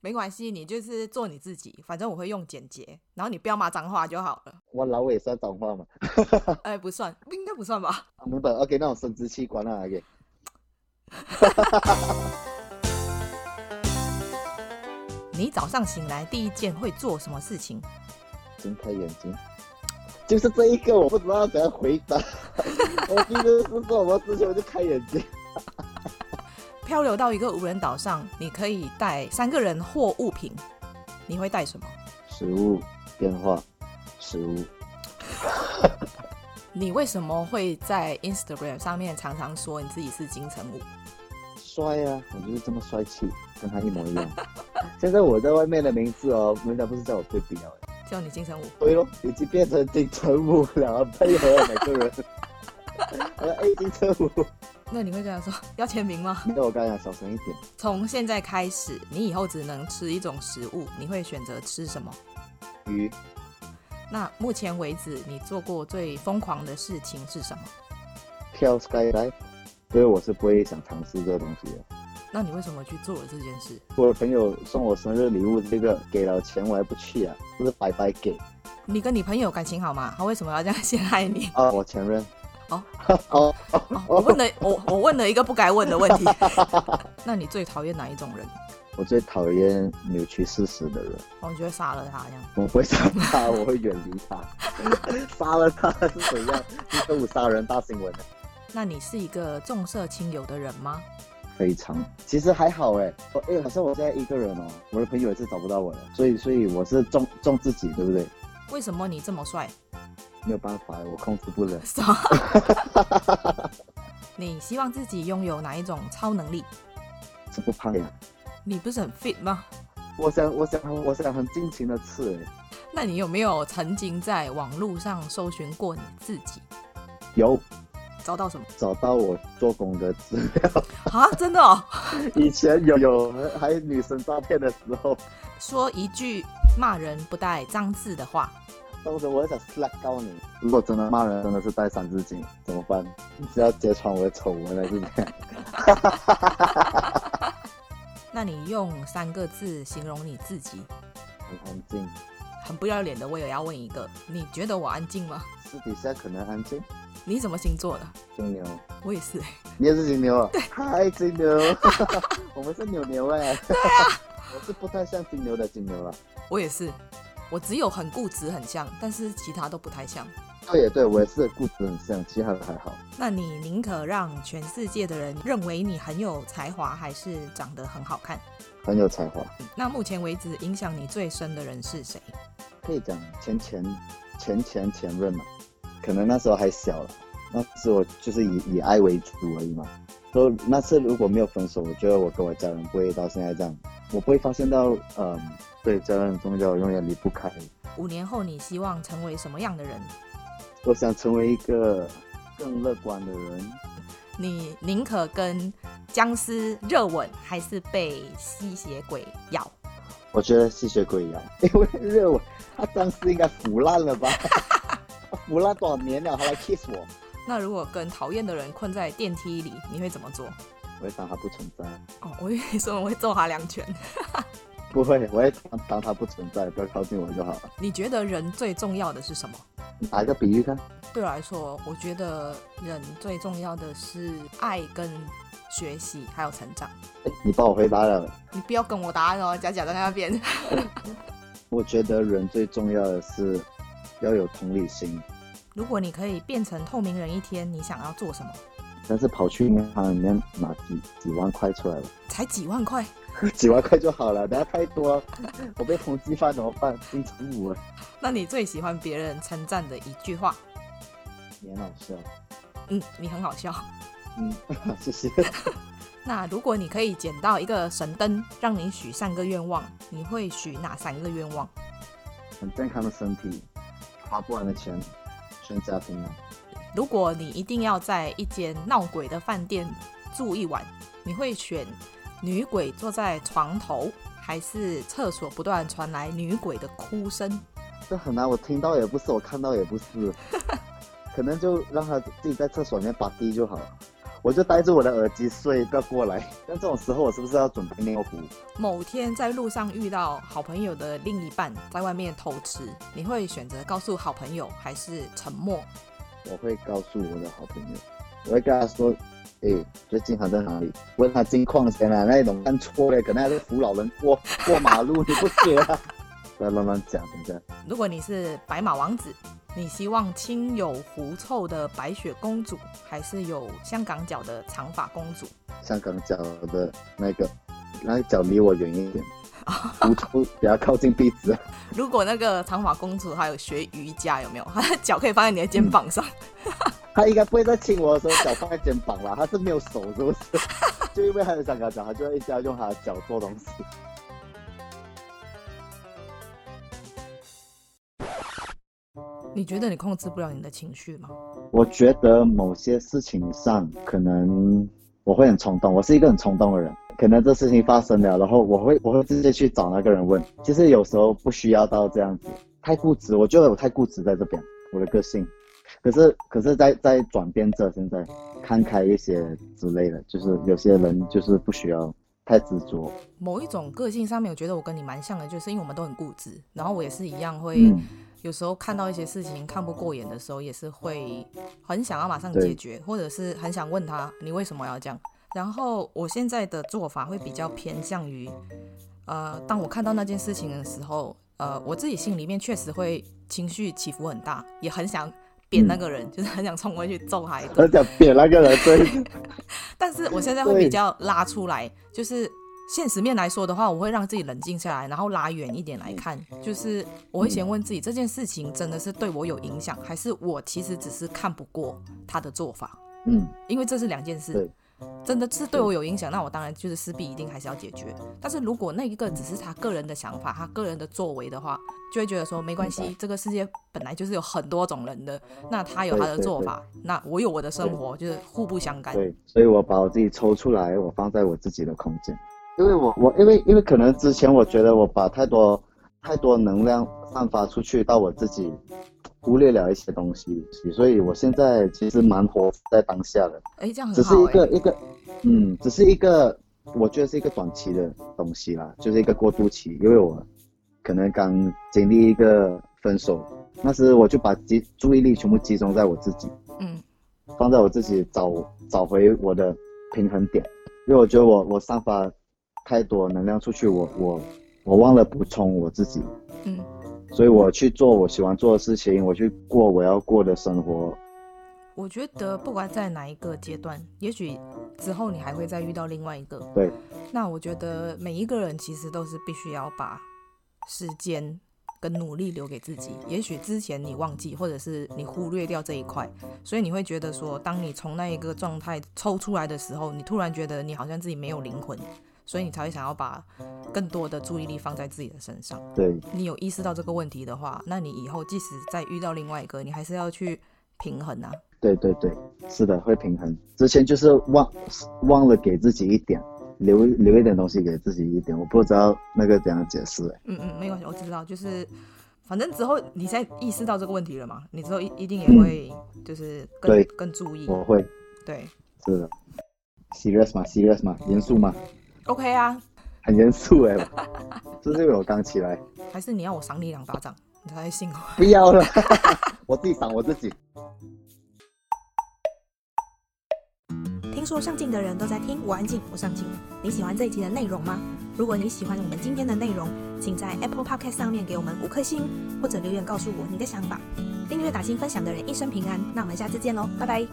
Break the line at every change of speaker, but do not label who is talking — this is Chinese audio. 没关系，你就是做你自己，反正我会用简洁，然后你不要骂脏话就好了。
我老尾算脏话嘛？
哎、不算，应该不算吧？
啊明白？OK，那种生殖器官啊，OK。
你早上醒来第一件会做什么事情？
睁开眼睛，就是这一个，我不知道怎样回答。我记得是做什么事情，我就开眼睛。
漂流到一个无人岛上，你可以带三个人或物品，你会带什么？
食物变化，食物。
你为什么会在 Instagram 上面常常说你自己是金城武？
帅啊，我就是这么帅气，跟他一模一样。现在我在外面的名字哦，人家不是叫我对比哦，
叫你金城武，
对咯，已经变成金城武了，配合每个人。我说哎，金城武，
那你会跟他说要签名吗？
没有，我刚才讲小声一点，
从现在开始，你以后只能吃一种食物，你会选择吃什么？
鱼
那目前为止，你做过最疯狂的事情是什么？
跳 skydive，所以我是不会想尝试这个东西的。
那你为什么去做了这件事？
我朋友送我生日礼物，这个给了钱我还不去啊，就是白白给
你跟你朋友感情好吗？他为什么要这样陷害你？
啊！我前任
哦
哦，
哦，我问了，我我问了一个不该问的问题。 那你最讨厌哪一种人？
我最讨厌扭曲事实的人。
哦，你就会杀了他这样？
我不会杀他，我会远离他。杀了他是怎样？是周五杀人大新闻呢
那你是一个重色轻友的人吗？
非常，其实还好哎。我哎，好像我现在一个人哦，我的朋友也是找不到我的，所以所以我是中中自己，对不对？
为什么你这么帅？
没有办法，我控制不了。
什么？ 你希望自己拥有哪一种超能力？
吃不胖呀？
你不是很 fit 吗？
我想我想我想很尽情的吃哎。
那你有没有曾经在网络上搜寻过你自己，
有
找到什么？
找到我做工的资 料，
啊，真的哦！
以前有有还女生诈骗的时候，
说一句骂人不带脏字的话，
当时我想 slap 告你。如果真的骂人，真的是戴三字经怎么办？你是要揭穿我的丑闻了，是不是？
那你用三个字形容你自己，
很安静，
很不要脸的。我也要问一个，你觉得我安静吗？
私底下可能安静。
你什么星座的？
金牛，
我也是。
你也是金牛啊？嗨，金 牛，我们是牛牛 哎、我是不太像金牛的金牛啊了。
我也是，我只有很固执很像，但是其他都不太像。
对也对，我也是固执很像，其他的还好。
那你宁可让全世界的人认为你很有才华，还是长得很好看？
很有才华，
嗯那目前为止影响你最深的人是谁？
可以讲前前前前前任嘛，可能那时候还小了，那时我就是以以爱为主而已嘛。所以那次如果没有分手，我觉得我跟我家人不会到现在这样，我不会发现到，嗯，对家人很重要，永远离不开。
五年后你希望成为什么样的人？
我想成为一个更乐观的人，
你宁可跟僵尸热吻，还是被吸血鬼咬？
我觉得吸血鬼一样， 因为热吻，他僵尸应该腐烂了吧？ 腐烂多少年了，还来 kiss 我？
那如果跟讨厌的人困在电梯里，你会怎么做？
我会当他不存在，
哦，我以为说我会揍他两拳。
不会，我会当当他不存在，不要靠近我就好了。
你觉得人最重要的是什么？
打一个比喻看，
对我来说，我觉得人最重要的是爱跟学习，还有成长。
诶你帮我回答了。
你不要跟我答案哦，假假在那 边。
我觉得人最重要的是要有同理心，
如果你可以变成透明人一天，你想要做什么？
但是跑去银行里面拿几几万块出来了，
才几万块，
几万块就好了，等下太多，我被通缉犯怎么办？金城武啊，
那你最喜欢别人称赞的一句话？
年老师啊，
嗯，你很好 笑。
嗯， 谢谢。
那如果你可以捡到一个神灯，让你许三个愿望，你会许哪三个愿望？
很健康的身体，花不完的钱，全家啊平安。
如果你一定要在一间闹鬼的饭店住一晚，你会选女鬼坐在床头，还是厕所不断传来女鬼的哭声？
这很难，我听到也不是，我看到也不是，可能就让他自己在厕所里面把地就好了。我就戴着我的耳机睡，不要过来。但这种时候，我是不是要准备尿壶？
某天在路上遇到好朋友的另一半在外面偷吃，你会选择告诉好朋友还是沉默？
我会告诉我的好朋友，我会跟他说，哎、最近他在哪里？问他近况先啊，那一种看错了，可能还是扶老人过过马路，你不觉得、啊？ 不要乱乱讲，等一下。
如果你是白马王子，你希望清有狐臭的白雪公主，还是有香港脚的长发公主？
香港脚的那个，那个脚离我远一点，狐臭比较靠近鼻子。
如果那个长发公主还有学瑜伽，有没有？ 她的脚可以放在你的肩膀上。
他应该不会在亲我的时候脚放在肩膀啦，他是没有手是不 是？就因为他有香港脚，他就会一直要用他的脚做东西。
你觉得你控制不了你的情绪吗？
我觉得某些事情上，可能我会很冲动，我是一个很冲动的人。可能这事情发生了，然后我会我会直接去找那个人问。其实有时候不需要到这样子，太固执，我觉得我太固执在这边，我的个性。可是可是在，在转变着，现在看开一些之类的，就是有些人就是不需要太执着。
某一种个性上面，我觉得我跟你蛮像的，就是因为我们都很固执，然后我也是一样会。
嗯，
有时候看到一些事情看不过眼的时候，也是会很想要马上
对
解决，或者是很想问他你为什么要这样。然后我现在的做法会比较偏向于，呃，当我看到那件事情的时候，呃，我自己心里面确实会情绪起伏很大，也很想扁那个人，就是很想冲过去揍他一顿
我。讲扁那个人，对，
但是我现在会
对
比较拉出来，就是现实面来说的话，我会让自己冷静下来，然后拉远一点来看，就是我会先问自己、这件事情真的是对我有影响，还是我其实只是看不过他的做法，
嗯，
因为这是两件事
对。
真的是对我有影响，那我当然就是势必一定还是要解决。但是如果那一个只是他个人的想法，他个人的作为的话，就会觉得说没关
明
系，这个世界本来就是有很多种人的，那他有他的
对对
做
对
法，那我有我的生活，就是互不相干。
对，所以我把我自己抽出来，我放在我自己的空间，因为我我因为因为可能之前我觉得我把太多太多能量散发出去到我自己，忽略了一些东西，所以我现在其实蛮活在当下的。
哎、这样
只
很
是
好、
一
哎。
个一个，嗯，只是一个，我觉得是一个短期的东西啦，就是一个过渡期，因为我可能刚经历一个分手，那时我就把集注意力全部集中在我自己，
嗯，
放在我自己找找回我的平衡点，因为我觉得我我散发太多能量出去，我我我忘了补充我自己，
嗯，
所以我去做我喜欢做的事情，我去过我要过的生活，
我觉得不管在哪一个阶段，也许之后你还会再遇到另外一个。
对，
那我觉得每一个人其实都是必须要把时间跟努力留给自己。也许之前你忘记，或者是你忽略掉这一块，所以你会觉得说，当你从那一个状态抽出来的时候，你突然觉得你好像自己没有灵魂，所以你才会想要把更多的注意力放在自己的身上。
对，
你有意识到这个问题的话，那你以后即使再遇到另外一个，你还是要去平衡啊。
对对对，是的，会平衡。之前就是忘忘了给自己一点，留留一点东西给自己一点，我不知道那个怎样解释。欸
嗯
哦
嗯，没关系，我知道，就是反正之后你现在意识到这个问题了嘛，你之后一一定也会就是更
对哦
更注意，
我会
对
是的，serious 吗？serious 吗？严肃吗？
，OK 啊，
很严肃 哎、是不是因为我刚起来？
还是你要我赏你两巴掌，你才会信我。
不要了， 我自己赏我自己。
听说上镜的人都在听，我安静，我上镜。你喜欢这一集的内容吗？如果你喜欢我们今天的内容，请在 Apple Podcast 上面给我们五颗星，或者留言告诉我你的想法。订阅、打新、分享的人一生平安。那我们下次见喽，拜拜。